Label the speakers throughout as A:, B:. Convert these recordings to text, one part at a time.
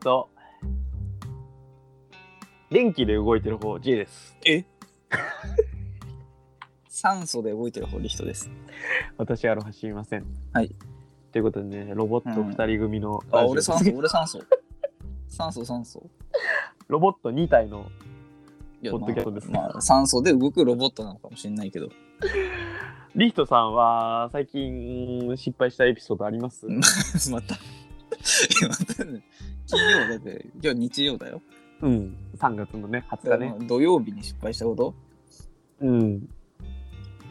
A: と、電気で動いてる方、J です。
B: 酸素で動いてる方リヒトです。
A: 私、アロハ知りません。
B: はい。
A: ということでね、ロボット
B: うん
A: 2人組の、
B: あ、俺酸素、俺酸素。酸素、酸素。
A: ロボット2体の、
B: いや
A: ポッドキャストですね
B: まあ、まあ、酸素で動くロボットなのかもしれないけど。
A: リヒトさんは最近失敗したエピソードあります
B: うんまた。 えまたね金曜だって、今日日曜だよ。
A: うん。3月のね、20
B: だ
A: 日
B: から
A: ね
B: ま。あ土曜日に失敗したこと
A: うん。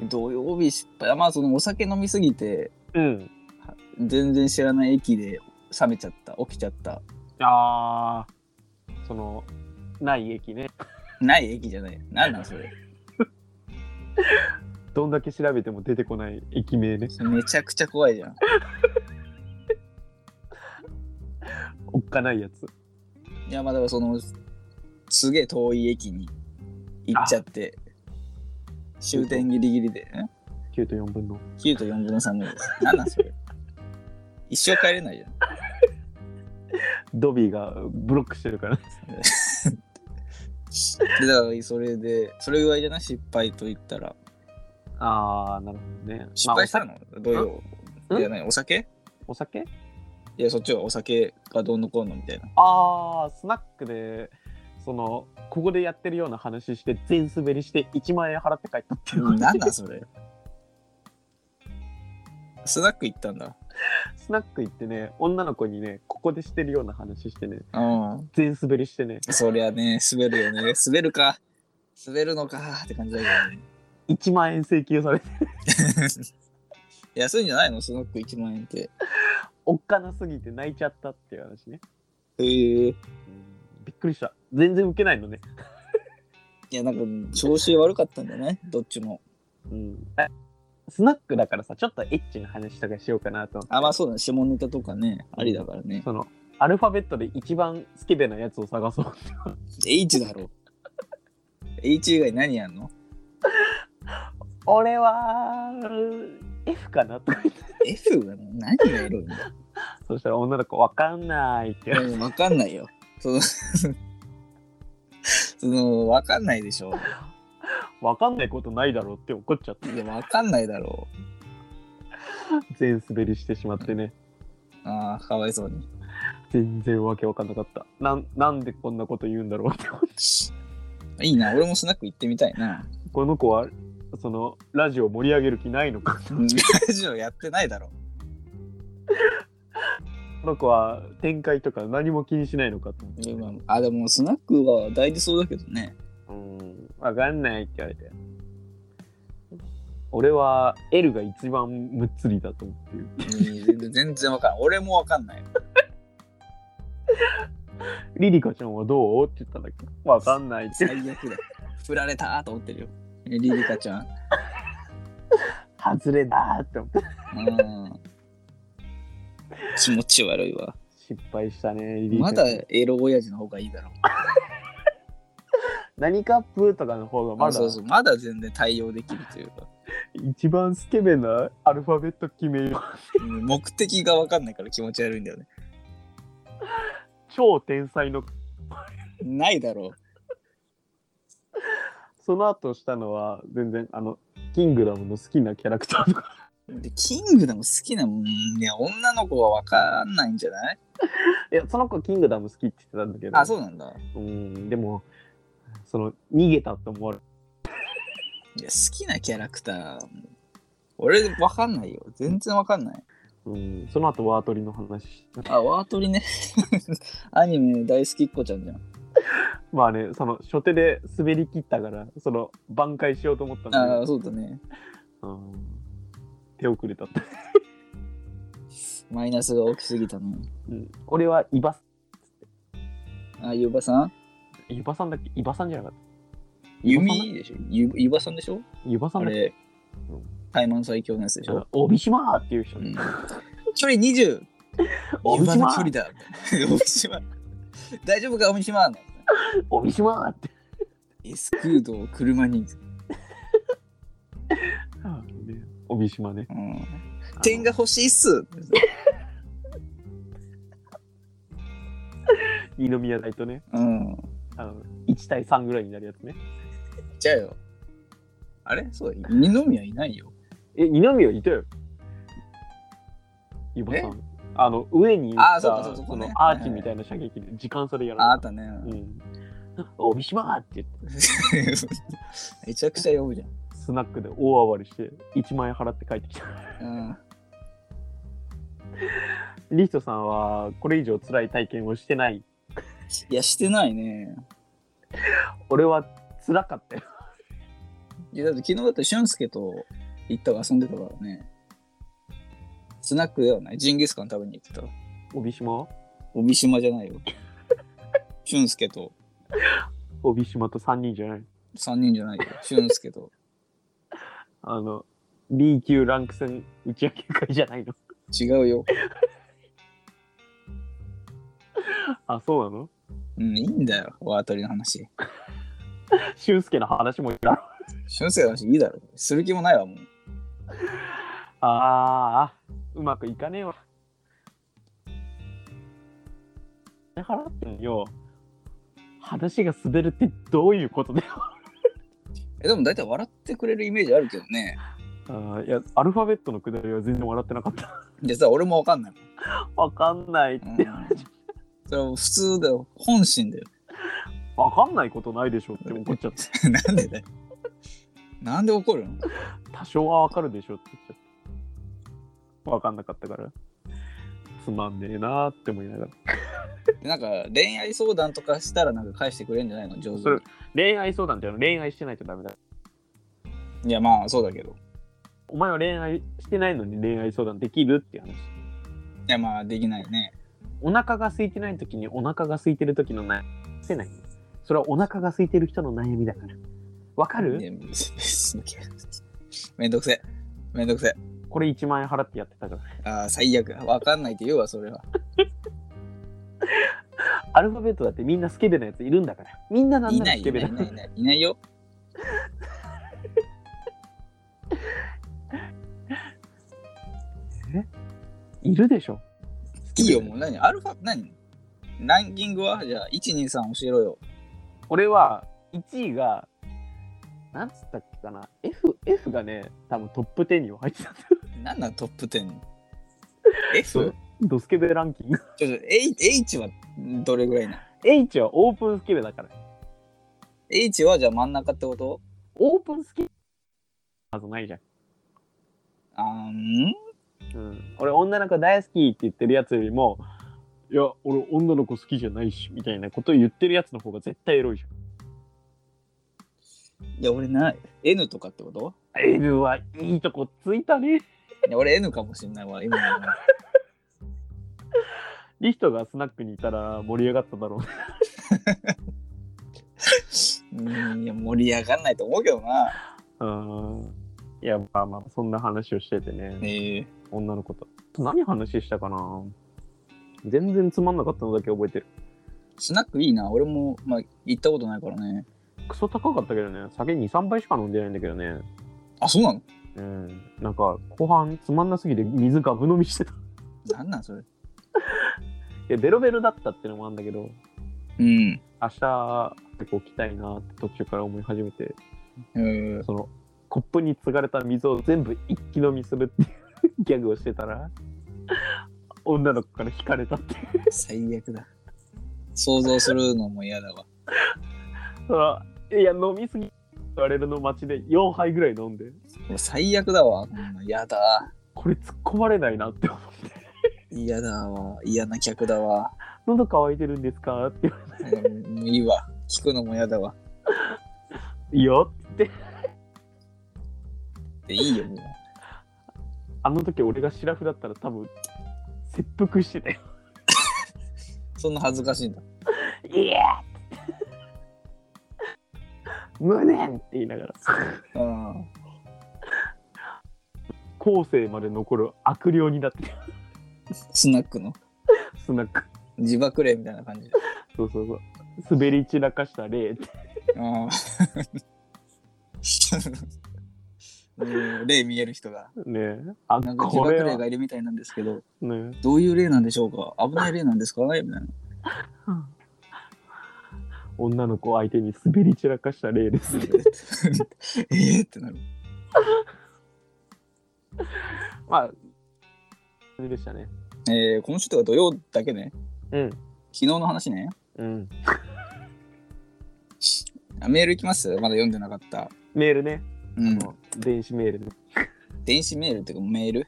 B: 土曜日失敗。まあ、そのお酒飲みすぎて、
A: うん。
B: 全然知らない駅で冷めちゃった、起きちゃった。
A: あー、その、ない駅ね。
B: ない駅じゃない。なんなんそれ。
A: どんだけ調べても出てこない駅名ね。
B: めちゃくちゃ怖いじゃん。
A: おっかないやつ。
B: いやまあだからそのすげえ遠い駅に行っちゃって終点ギリギリでん
A: 9と4分の。
B: 9と4分の3ぐらいです。何なんそれ 一生帰れないじゃ
A: ドビーがブロックしてるから。
B: ん。でだからそれでそれぐらいじゃない失敗と言ったら
A: ああ、なるほどね。
B: 失敗したのどういう
A: うん
B: いや何お酒
A: まあおお酒
B: いやそっちはお酒がどうのこうのみたいな。
A: ああ、スナックで、その、ここでやってるような話して、全滑りして1万円払って帰ったっていう。
B: 何なんそれスナック行ったんだ。
A: スナック行ってね、女の子にね、ここでしてるような話してね、
B: うん。
A: 全滑りしてね、
B: そりゃね滑るよね滑るか滑るのかって感じだけどね。
A: 1万円請求されて、
B: 安いんじゃないのスナック1万円って。
A: おっかなすぎて泣いちゃったっていう話ね。
B: へえ。
A: うんびっくりした。全然ウケないのね。
B: いや、なんか、調子悪かったんだね、どっちも。
A: うん。スナックだからさ、ちょっとエッチな話とかしようかなと思って。
B: あ、まあそうだね、下ネタとかね、ありだからね。
A: その、アルファベットで一番スケベなやつを探そう。
B: H だろ。H 以外何やんの
A: 俺は F かなとか言って
B: ?F が何がエロいんだ
A: そしたら女の子わかんないって
B: よ。わかんないよ。その、 その、わかんないでしょ。
A: わかんないことないだろうって怒っちゃって
B: いや、わかんないだろ
A: 全滑りしてしまってね
B: う。ああ、かわいそうに。
A: 全然わけわかんなかったなんなんでこんなこと言うんだろうって
B: いいな、俺もスナック行ってみたいな。
A: この子はそのラジオ盛り上げる気ないのか
B: ラジオやってないだろ。
A: この子は展開とか何も気にしないのかと思って
B: いやまああ、でもスナックは抱いてそうだけどね。
A: うんわかんないって言われて俺は L が一番むっつりだと思ってる
B: うん全然わかんない。俺もわかんない。
A: リリカちゃんはどうって言ったんだけどわかんないって
B: 最 悪だ。振られたーと思ってるよ。えリリカちゃん。
A: 外れだーって思って
B: うん。気持ち悪いわ。
A: 失敗したねリリー
B: まだ
A: ちゃん
B: エロ親父の方がいいだろ。
A: 何カップとかの方がま
B: あ
A: だ
B: そうそう。まだ全然対応できるというか。
A: 一番スケベなアルファベット決めよう
B: うん目的がわかんないから気持ち悪いんだよね。
A: 超天才の
B: ないだろ
A: その後したのは全然あのキングダムの好きなキャラクターとか
B: う。で、キングダム好きなもん。いや、女の子はわかんないんじゃない
A: いやその子キングダム好きって言ってたんだけど
B: あ、そうなんだ。
A: うんでもその逃げたと思われ
B: いや、好きなキャラクター。俺わかんないよ。全然わかんない。
A: うんその後ワートリの話
B: あ、ワートリね。 アニメ大好きっ子ちゃんじゃん。
A: まあねその初手で滑り切ったからその挽回しようと思ったんだけ
B: あ
A: ど
B: あ、そうだね。
A: うん手遅れだった、
B: マイナスが大きすぎたの。
A: うん、俺はイバ
B: あ、ゆばさん
A: ゆばさんだっけゆばさんじゃなかったゆ
B: ゆ
A: ばさん
B: みでしょゆゆばさんでしょ
A: ゆばさ
B: あ
A: んだっけ
B: れ
A: うん、
B: タイマン最強のやつでしょ、
A: 帯島っていう人
B: う
A: ね、
B: ん、距離 20!
A: 帯
B: ゆばの
A: 島
B: 距離だ。 大島。大丈夫か、大島。
A: 帯島って。
B: エスクードを車に。
A: ね帯島ね。
B: うん、点が欲しいっす。
A: 二宮大とね、
B: うん。
A: あの1対3ぐらいになるやつね。
B: じゃあよ。あれそうだ、二宮いないよ。
A: え、二宮いたよ。ゆばさん。あの、上に
B: あ
A: さ
B: ーそうかそうそう
A: その
B: ね
A: アーチみたいな射撃で時間差でやら
B: あ、あ
A: れ。
B: ったたね。
A: うん。お、三島って言って、
B: めちゃくちゃ呼ぶじ
A: スナックで大暴れして、1万円払って帰ってきた。
B: ゃん。
A: リストさんは、これ以上辛い体験をしてない。
B: うん。いや、してないね。
A: 俺は辛かったよ。
B: いや、だって昨日だって俊介と行ったが遊んでたからね。スナックではない。ジンギスカン食べに行ってた。
A: 帯島
B: 帯島じゃないよ。俊介と
A: 帯島と3人じゃない。
B: 3人じゃないよ。俊介と。
A: あの、B 級ランク戦打ち上げ会じゃないの。
B: 違うよ。
A: あ、そうなの
B: うん、いいんだよ。大当たりの話。
A: 俊介の話もいらん。あ
B: 俊介の話いいだろ。する気もないわ、もう。
A: あ、うまくいかねえわ。金払ってんよ。話が滑るってどういうことだよ。
B: え、でも大体笑ってくれるイメージあるけどね。
A: あーいや、アルファベットのくだりは全然笑ってなかった。
B: 実は俺もわかんないもん。
A: わかんないっ
B: うん
A: て。、
B: それは普通だよ。本心だよ。
A: わかんないことないでしょって怒っちゃった。
B: なんでだよ。なんで怒るの
A: 多少はわかるでしょって言っちゃった。わかんなかったから。つまんねえなーって思いながら。
B: でなんか恋愛相談とかしたらなんか返してくれるんじゃないの上手
A: それ恋愛相談っていうのは恋愛してないとダメだ。
B: に。いやまあそうだけど。
A: お前は恋愛してないのに恋愛相談できるっていう話。
B: いやまあできないね。
A: お腹が空いてない時にお腹が空いてる時の悩み。してない。それはお腹が空いてる人の悩みだから。わか
B: いや
A: る
B: 別にめんどくせえ。めんどくせえ。
A: これ1万円払ってやってたから。
B: ああ、最悪。わかんないって言うわ、それは。
A: アルファベットだってみんなスケベなやついるんだから。みんななん
B: い
A: なら
B: ない
A: ス
B: い
A: ケ
B: な
A: ベ
B: いい
A: だ。
B: ないいないいないよ。
A: いるでしょ。
B: いいよ、もう何アルファ、何ランキングはじゃあ、1、2、3教えろよ。
A: 俺は1位が、なんつったっけかな。F、F がね、多分トップ10には入ってたんだよ。
B: なんなんトップ 10?
A: そう
B: F?
A: ドスケベランキング。
B: ちょっと H, H はどれぐらいな
A: H はオープンスケベだから。
B: ?H はじゃあ真ん中ってこと
A: オープンスケベはずないじゃん。
B: あーん
A: うん、俺女の子大好きって言ってるやつよりもいや俺女の子好きじゃないしみたいなことを言ってるやつの方が絶対エロいじ
B: いや、俺ない。N とかってこと
A: ゃんエルはいいとこついたね
B: いや俺 N かもしんないわ、今の。
A: リヒトがスナックにいたら盛り上がっただろうね
B: うーん、いや、盛り上がんないと思うけどな。
A: うんいやまあまあそんな話をしててね
B: ええ
A: 女の子と何話したかな全然つまんなかったのだけ覚えてる
B: スナックいいな。俺も、まあ、行ったことないからね。
A: クソ高かったけどね酒23杯しか飲んでないんだけどね
B: あ、そうなの
A: うんなんか後半つまんなすぎて水ガブ飲みしてたい
B: なんなんそれ。
A: やベロベロだったってのもあるんだけど
B: うん。え
A: 明日結構来たいなって途中から思い始めて
B: ー
A: そのコップに継がれた水を全部一気飲みするっていう ギャグをしてたら女の子から惹かれたっていう
B: 最悪だ。想像するのも嫌だわ。
A: そのいや飲みすぎって言われるの街で4杯ぐらい飲んで
B: 俺最悪だわ。うん嫌だ。
A: これ突っ込まれないなって思って
B: 嫌だわ。嫌な客だわ。
A: 喉乾いてるんですかって言われ
B: うんもういいわ。聞くのも嫌だわ。
A: ていいよって
B: でいいよ、もう。
A: あの時俺がシラフだったら多分切腹してたよ
B: そんな恥ずかしいんだ。
A: いや無念って言いながら
B: うん。
A: 後世まで残る悪霊になって
B: スナックの
A: スナック
B: 自爆霊みたいな感じ。
A: そうそうそう滑り散らかした例って
B: ああ。 うん霊見える人が。
A: ねえあ
B: なんか自
A: こ
B: 爆
A: れ
B: 霊
A: は
B: がいるみたいなんですけど、
A: ね
B: どういう霊なんでしょうか危ない霊なんでしょうかみたいな。
A: うん女の子相手に滑り散らかした例です、ね、
B: えーってなる。
A: まあ感じでしたね
B: えー、今週とか土曜だけね、
A: うん
B: 昨日の話ね。
A: うん
B: あメールいきますまだ読んでなかった。
A: メールね、
B: うん
A: あ。の電子メールね
B: 電子メールっていうかメール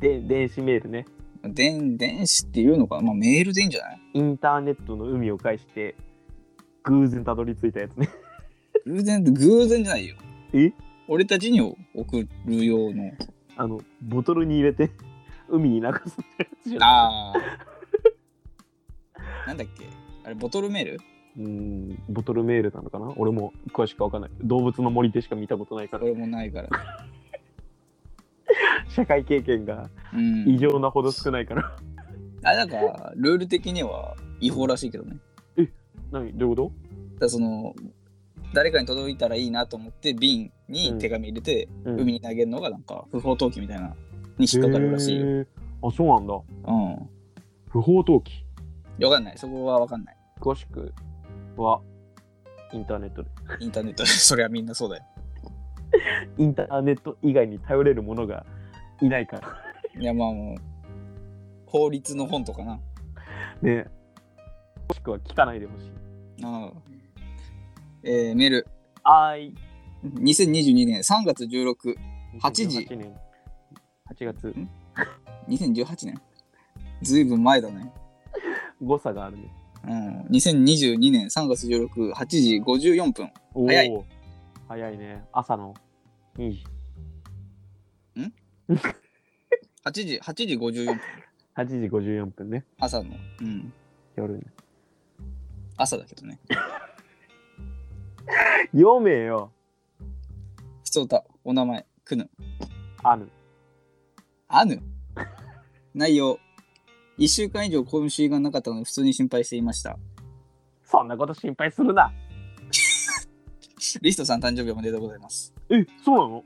A: で電子メールね
B: 電電子っていうのかな、まあ、メールでいいんじゃない
A: インターネットの海を介して偶然たどり着いたやつね
B: 偶然って偶然じゃないよ。
A: え
B: 俺たちに送る用の。
A: あのボトルに入れて 海に流すってやつじゃない
B: ああ。なんだっけあれ、ボトルメール
A: うんボトルメールなのかな俺も詳しくわかんない動物の森でしか見たことないから
B: 俺もないから。
A: 社会経験が
B: うん。
A: 異常なほど少ないから、
B: あなんかルール的には違法らしいけどね。
A: 何どういうこ
B: だからその誰かに届いたらいいなと思って瓶に手紙入れて、
A: と、うん
B: 海に投げるのがなんか不法投棄みたいなに引っかかるらしいよ。
A: へーあそうなんだ
B: うん。
A: 不法投棄
B: わかんない。そこはわかんない。
A: 詳しくはインターネットで
B: インターネットで それはみんなそうだよ。
A: インターネット以外に頼れるものがいないから
B: いやまあもう法律の本とかな。
A: ね詳しくは聞かないでほしい
B: うん。えーメール。
A: はい
B: 2022年3月16、8時
A: 2018年8月
B: 2018年。ずいぶん前だね。
A: 誤差があるね
B: うん。2022年3月16、8時54分。
A: おー
B: 早い
A: 早いね朝の2時
B: 8時、8時54分。
A: 8時54分ね
B: 朝の。うん。
A: 夜ね
B: 朝だけどね。
A: 読めよ
B: 普通歌、お名前、くぬ、
A: ある
B: あぬ。内容、1週間以上今週がなかったので普通に心配していました。
A: そんなこと心配するな
B: リストさん誕生日おめでとうございます。
A: えそうなの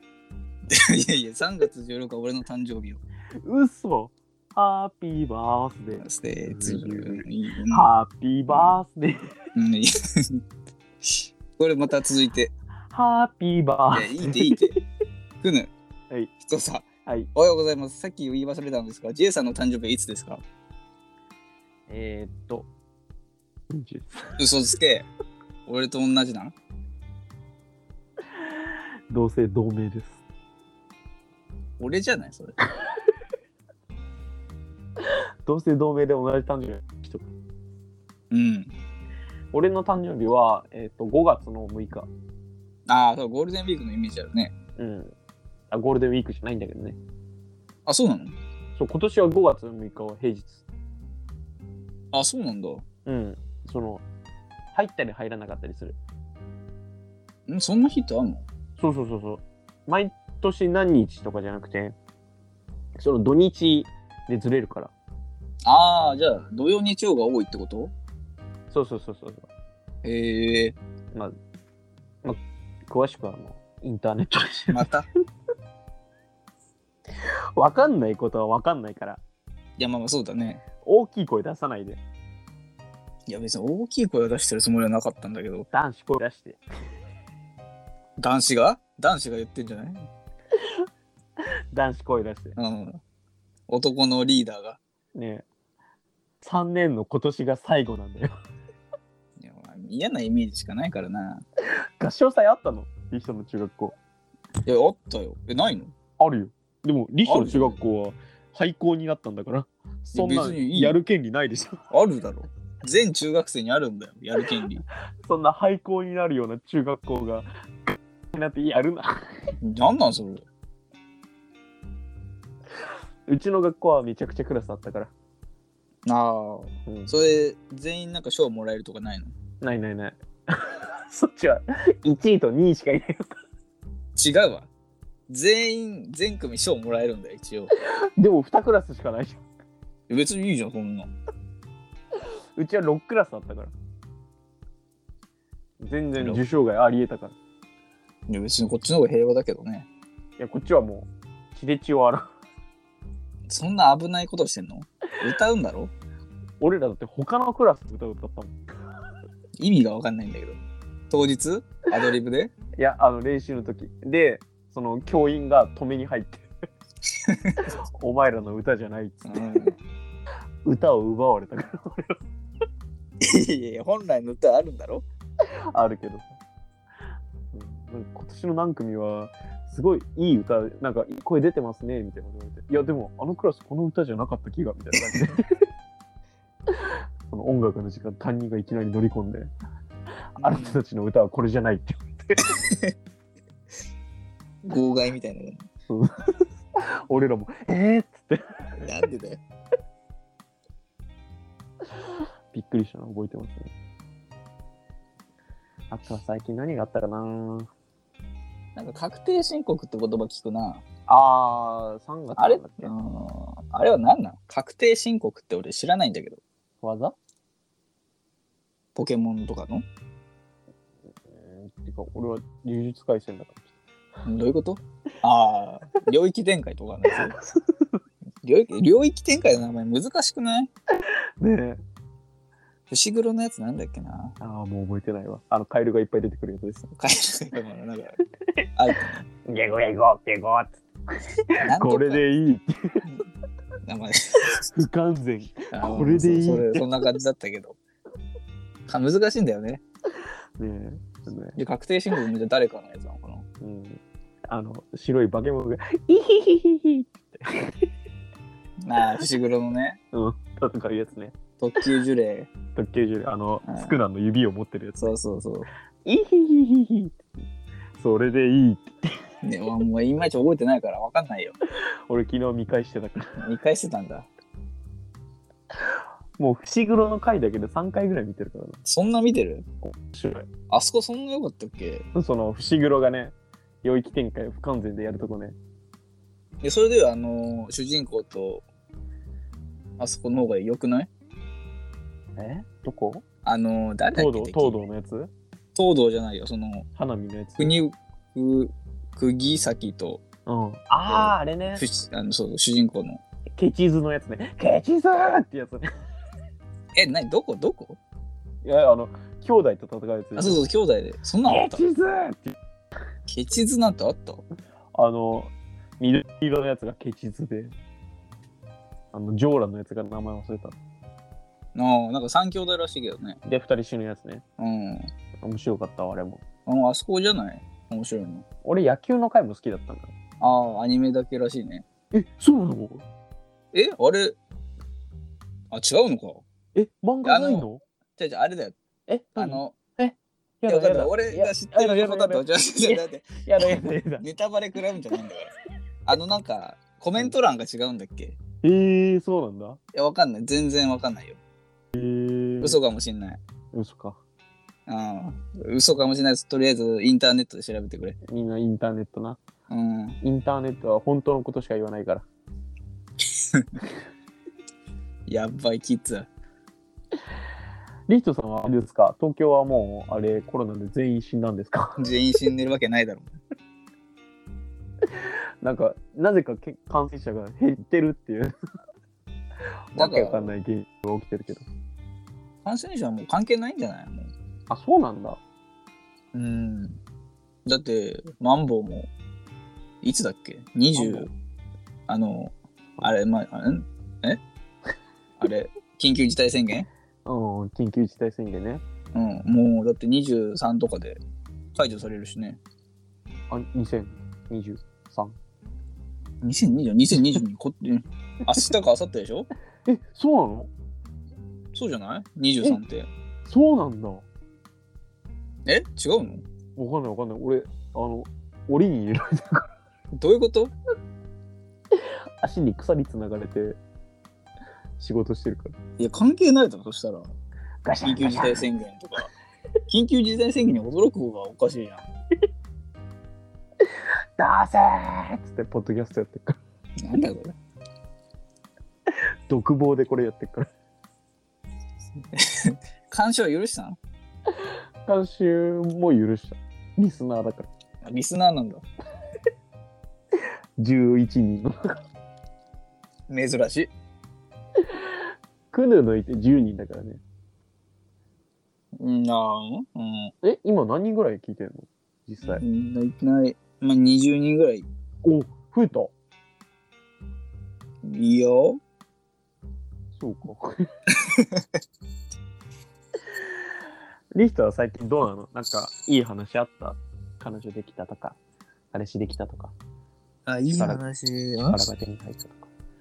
B: いやいや、3月16日は俺の誕生日よ。
A: 嘘ハッピーバースデー。
B: ステー
A: う
B: ジ
A: ん
B: うん
A: ハッピーバースデー。
B: うん いいこれまた続いて。
A: ハッピーバ
B: いや、
A: ー
B: い
A: スデー。
B: いっていいって。くぬ、
A: はい、
B: ひとさん、
A: はい。
B: おはようございます。さっき言い忘れたんですが、J さんの誕生日はいつですか
A: えー、っと。
B: 嘘つけ。俺と同じなん
A: 同姓同名です。
B: 俺じゃないそれ。
A: 同姓同名で同じ誕生日の人。
B: うん。
A: 俺の誕生日は、えーっと、5月の6日。
B: ああ、そう、ゴールデンウィークのイメージあるね。
A: うん。あ、ゴールデンウィークじゃないんだけどね。
B: あ、そうなの
A: そう、今年は5月の6日は平日。
B: あ、そうなんだ。
A: うん。その、入ったり入らなかったりする。
B: んそんな日ってあんの
A: そうそうそうそう。毎年何日とかじゃなくて、その土日でずれるから。
B: ああ、じゃあ、土曜日曜が多いってこと
A: そうそうそうそう。
B: へえ、
A: まあ、まあ、詳しくはもうインターネットで。
B: また。 い
A: わかんないことはわかんないから、
B: や、まあまあそうだね。
A: 大きい声出さないで、
B: いや、別に大きい声を出してるつもりはなかったんだけど、
A: 男子声出して。
B: 男子が男子が言ってんじゃない
A: 男子声出して。
B: うん。男のリーダーが。
A: ねえ。3年の今年が最後なんだよ。
B: いや、まあ嫌なイメージしかないからな。
A: 合唱祭あったのリヒトの中学校。
B: いや、あったよ。え、ないの
A: あるよ。でも、リヒトの中学校は廃校になったんだから、そんな
B: 別にいいよ
A: やる権利ないでしょ。
B: あるだろ。全中学生にあるんだよ。やる 権利。
A: そんな廃校になるような中学校が、なってやるな。
B: なんなんそれ。
A: うちの学校はめちゃくちゃクラスあったから。
B: ああ。
A: うん
B: それ、全員なんか賞もらえるとかないの
A: ないないない。 そっちは1位と2位しかいない。
B: 違うわ。全員、全組賞もらえるんだよ、一応。
A: でも2クラスしかないじゃん。
B: 別にいいじゃん、そんな。
A: うちは6クラスだったから。全然受賞外ありえたから。い
B: いや、別にこっちの方が平和だけどね。
A: や、こっちはもう血で血を洗う。
B: そんな危ないことしてんの歌うんだろ
A: 俺らだって他のクラス歌歌ったもん。
B: 意味がわかんないんだけど当日アドリブで
A: いやあの練習の時でその教員が止めに入ってお前らの歌じゃないっつ
B: う
A: って
B: ん
A: 歌を奪われたか
B: いやいや本来の歌あるんだろ
A: らあるけどさ、うんなんか今年の何組はすごいいい歌なんかいい声出てますねみたいなこと言われていやでもあのクラスこの歌じゃなかった気がみたいな感じでその音楽の時間担任がいきなり乗り込んであなたたちの歌はこれじゃないって
B: 号外みたいなの
A: 俺らもえーっつって
B: なんでだよ
A: びっくりしたの覚えてますね。あとは最近何があったかな
B: なんか確定申告って言葉聞くな
A: あー、3月
B: あれ
A: だっけ
B: うんあれは何なん確定申告って俺知らないんだけど
A: 技
B: ポケモンとかの
A: えー、てか、俺は呪術廻戦だから。
B: どういうことああ領域展開とかのやつ 領域領域展開の名前難しくない
A: ねえ。
B: 伏黒のやつなんだっけな
A: あー、もう覚えてないわ。あの、カエルがいっぱい出てくるやつです。
B: カエルがなんかアウ
A: ゲゴゲゴゲゴ
B: トなんとか
A: これでいい。
B: 名前
A: 不完全。
B: あー
A: これでいい
B: そうそれそんな感じだったけどか難しいんだよね
A: ねえ。ね
B: で確定申告見て誰かのやつなのかな
A: うん。あの、白い化け物が、イヒヒヒヒ
B: まあ伏黒のね
A: うん、戦うやつね。
B: 特級呪霊
A: 特急銃、あの
B: うん、
A: スクナンの指を持ってるやつ。
B: そうそうそう
A: イヒヒヒヒそれでいい。
B: ね、もうもういまいち覚えてないから分かんないよ。
A: 俺昨日見返してたから
B: 見返してたんだ。
A: もう伏黒の回だけで3回ぐらい見てるからな
B: そんな見てる
A: 面白い
B: あそこそんな良かったっけ
A: その伏黒がね領域展開を不完全でやるとこね
B: でそれではあのー主人公とあそこの方が良くない
A: えどこ
B: あのー誰だっ
A: 東
B: け
A: 堂
B: 敵
A: 東堂のやつ
B: 東堂じゃないよその
A: 花見のやつうん
B: 国く釘崎と
A: ああーあれね
B: ふしあのそう主人公の
A: ケチズのやつねケチズーってやつね
B: え何どこどこ
A: いやあの兄弟と戦うやつ
B: あそうそう兄弟でそんなのあっ
A: ケ
B: た
A: チズーって
B: ケチズなんてあった
A: あの緑色のやつがケチズであのジョーラのやつが名前忘れた
B: なあなんか三兄弟らしいけどね
A: で2人死ぬやつね
B: うん
A: 面白かったわあれも
B: あのあそこじゃない面白いの
A: 俺野球の回も好きだったんだ
B: ああアニメだけらしいね
A: えそうなの
B: えあれあ違うのか
A: え、漫画ないの
B: じゃじゃあれだよ
A: え、
B: あ
A: 何、
B: のい
A: や
B: や
A: だ
B: わかん
A: や
B: ない
A: だ
B: 俺
A: や
B: が知ってる
A: や
B: こ
A: だ
B: とだと
A: や
B: じゃじゃだって
A: だやだやだや だやだ。
B: ネタバレ食らうんじゃないんだから あのなんかコメント欄が違うんだっけい
A: えー、そうなんだ。
B: やわかんない全然わかんないよ
A: えー、
B: 嘘かもしんない
A: 嘘か。
B: うん嘘かもしんないですとりあえずインターネットで調べてくれ
A: みんなインターネットな。
B: うん
A: インターネットは本当のことしか言わないから。
B: やっばいキッズ
A: リヒトさんはあれですか東京はもう、あれ、コロナで全員死んだんですか
B: 全員死んでるわけないだろ
A: なんか、なぜかけ感染者が減ってるっていう。
B: だ
A: わ
B: か
A: け
B: ら
A: わかんない現象が起きてるけど。
B: 感染者はもう関係ないんじゃないもう
A: あ、そうなんだ。
B: うんだってマンボウもいつだっけ
A: マンボ
B: ?20 あのあれまあんえあれ緊急事態宣言
A: うん、緊急事態宣言ね。
B: うんもうだって23とかで解除されるしね
A: あ、2023。
B: 2020 2022こうん 明日か明後日でしょ
A: え、そうなの
B: そうじゃない ?23 って
A: そうなんだ。
B: え違うの
A: わかんないわかんない。俺、あの、檻に入れられたから。
B: どういうこと
A: 足に鎖つながれて、仕事してるから。
B: いや関係ないだろそしたら
A: ガ
B: 緊急事態宣言とか緊急事態宣言に驚く方がおかしいじゃん
A: 出せーっつって、ポッドキャストやってるから。
B: なんだこれ
A: 独房でこれやってるから。
B: 干渉許したの
A: 監修も許した。リスナーだから。
B: あリスナーなんだ
A: 11人の。
B: 珍しい
A: クヌ抜いて10人だからね。
B: うん、ああ、うん。
A: え、今何人ぐらい聞いてんの実際。
B: 大体、まあ、20人ぐらい
A: お、増えた。
B: いいよ。
A: そうか。リヒトは最近どうなのなんか、いい話あった彼女できたとか、彼氏できたとか、
B: あ、いい
A: 力
B: 話。
A: 腹が手に入ったとか。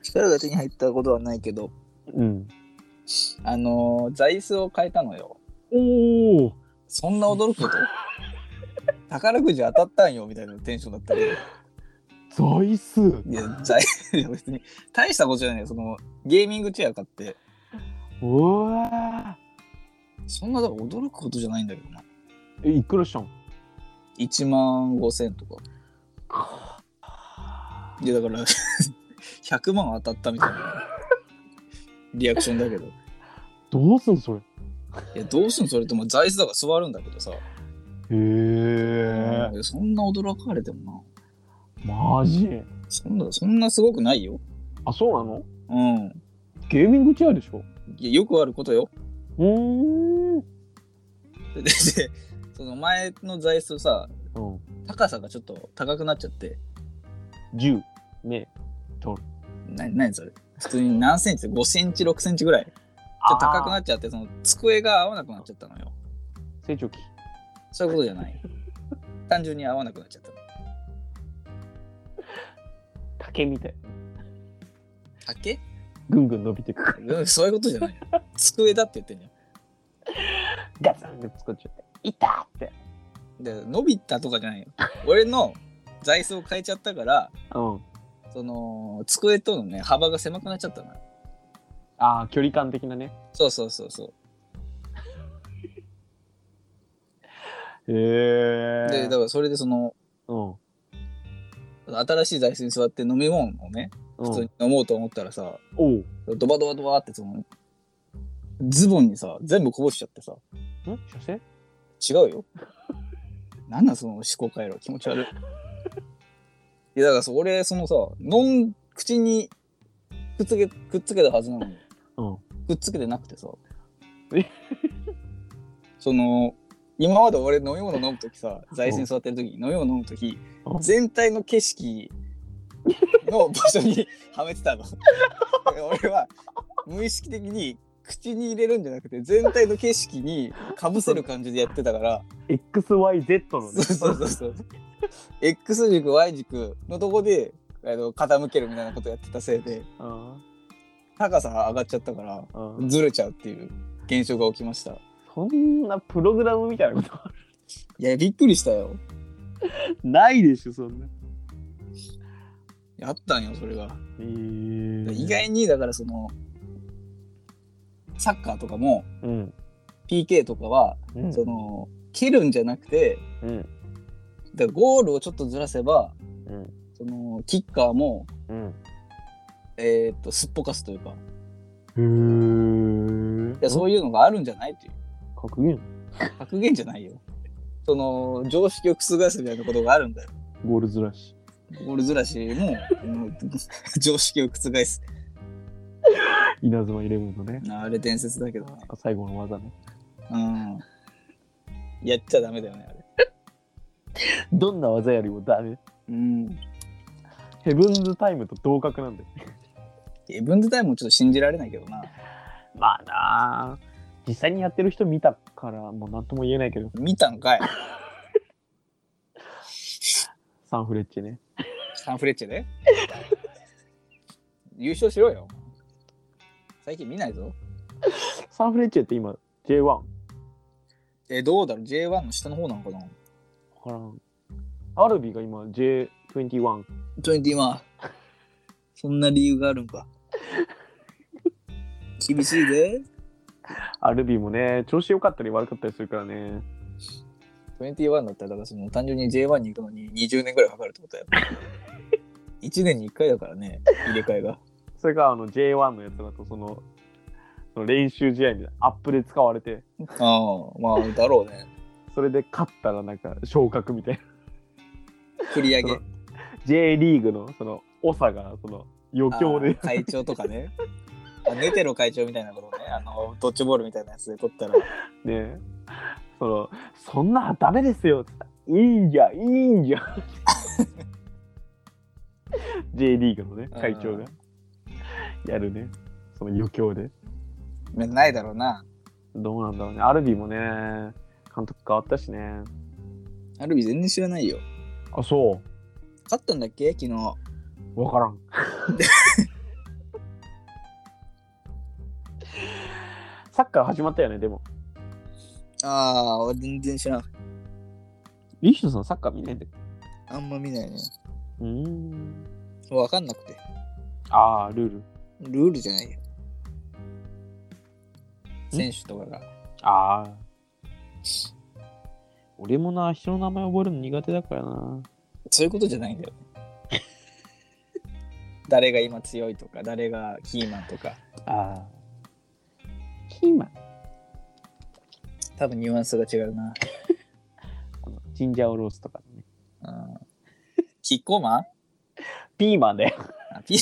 B: 力が手に入ったことはないけど、
A: うん。
B: あのー座椅子を変えたのよ。
A: おお
B: そんな驚 くこと宝くじ当たったんよみたいなテンションだったけど。
A: 座椅子
B: いや、座椅いや別に、大したことじゃないよ。その、ゲーミングチェア買って、
A: うわ
B: そんなだから驚くことじゃないんだけどな。
A: ーえ、いくらしたん
B: 1万5千とか。いや、だから、100万当たったみたいなリアクションだけど。い
A: どうすんそれへ
B: や、どうすんのそれってもう座椅子だから座るんだけどさ。
A: え
B: うんそんな驚かれても
A: マジ
B: な。そんな、そんなすごくないよ。
A: あそうなの
B: うん。
A: ゲーミングチェアでしょ
B: いや、よくあることよ。
A: うーん
B: で、でその前の座椅子さ、
A: うん
B: 高さがちょっと高くなっちゃって、
A: 10ね
B: な何それ普通に何センチ ?5 センチ、6センチぐらい。ちょっと高くな
A: っ
B: っちゃって、その机が合わなくなっちゃったのよ。
A: 成長期
B: そういうことじゃない。単純に合わなくなっちゃったの。
A: 竹みたい
B: 竹
A: ぐんぐん伸びてくから
B: うん、そういうことじゃない。机だって言ってんじゃん。
A: ガツンって作っちゃって「いた!」って
B: で伸びたとかじゃないよ。俺の座椅子を変えちゃったから、
A: うん
B: その机とのね幅が狭くなっちゃったのよ。
A: ああ距離感的なね
B: そうそうそうそう。
A: へ
B: で
A: え
B: だからそれでその
A: うん
B: 新しい座椅子に座って飲み物をね
A: う
B: 普通
A: ん
B: に飲もうと思ったらさ、
A: おうん
B: ドバドバドバってそのズボンにさ全部こぼしちゃってさ
A: 射精
B: 違うよ。なんなんその思考回路気持ち悪い。 いやだからそ俺そのさ飲ん口にくっつけくっつけたはずなのに
A: うん
B: くっつけてなくてさ
A: え
B: その今まで俺飲み物飲む時さ座椅子に座ってる時に飲み物飲む時
A: うん
B: 全体の景色の場所にはめてたの俺は無意識的に口に入れるんじゃなくて全体の景色にかぶせる感じでやってたから
A: XYZ
B: そ
A: の
B: う
A: ね
B: そうそうそう X 軸 Y 軸のとこであの傾けるみたいなことやってたせいで
A: うん
B: 高さが上がっちゃったから
A: うん
B: ずれちゃうっていう現象が起きました。
A: そんなプログラムみたいなことあ
B: いや、びっくりしたよ。
A: る ないでしょそんな
B: あったんよ、それが。
A: えー
B: 意外に、だからその、サッカーとかも、
A: うん、
B: PK とかは、
A: うん
B: その、蹴るんじゃなくて、
A: うん
B: だからゴールをちょっとずらせば、
A: うん
B: その、キッカーも、
A: うん
B: えーっと、すっぽかすというか、い
A: へえ。
B: やそういうのがあるんじゃないってい
A: 格言
B: う、格言じゃないよ。その、常識を覆すみたいなことがあるんだよ。
A: ゴールずらし。
B: ゴールずらしも、うん 常識を覆す。
A: 稲妻イレブンのね。
B: あれ伝説だけどね。
A: 最後の技ね。
B: うん。やっちゃダメだよね、あれ。
A: どんな技よりもダメ。
B: うん。
A: ヘブンズタイムと同格なんだよ。
B: ヘブンズタイムもちょっと信じられないけどな。
A: まあなあ。実際にやってる人見たからもう何とも言えないけど、
B: 見たんかい。
A: サンフレッチェね。
B: サンフレッチェで。優勝しろよ。最近見ないぞ。
A: サンフレッチェって今 J1。わ
B: え、どうだろう ?J1 の下の方なのかな
A: からん。アルビが今 J21。
B: ?21。そんな理由があるん か。厳しいで。
A: アルビもね、調子良かったり悪かったりするからね。
B: 21だったら、だからその単純に J1 に行くのに20年ぐらいかかるって ことだよ。1年に1回だからね、入れ替えが。
A: それがあの J1 のやつだとその、その練習試合みたいなアップで使われて、
B: ああ、まあ、だろうね。
A: それで勝ったらなんか昇格みたいな。
B: 繰り上
A: そ
B: げ
A: の。J リーグのその長がその余興
B: あ
A: で
B: ー会長とかね。あネテロ会長みたいなことね。あの、ドッジボールみたいなやつで取ったら、
A: ねそのそんなダメですよって言ったらいいんじゃんいいんじゃ ん J リーグのね会長がやるねその余興で
B: まあないだろうな。
A: どうなんだろうねアルビーもね監督変わったしね
B: アルビ全然知らないよ。
A: あそ
B: 勝ったんだっけ昨日。
A: う分からん サッカー始まったよねでも
B: ああ、俺全然知らん。
A: リヒトさんサッカー見ないんだっけ
B: あんま見ないね。
A: うーん
B: わかんなくて。
A: ああルール
B: ルールじゃないよ。選手とかが。
A: ああ。俺もな、人の名前覚えるの苦手だからな。
B: そういうことじゃないんだよ。 誰が今強いとか、誰がキーマンとか、
A: ああ。キーマン。
B: 多分ニュアンスが違うな。
A: このジンジャーオロースとかね。
B: うん、キッコーマン
A: ピーマンだよ。
B: あピ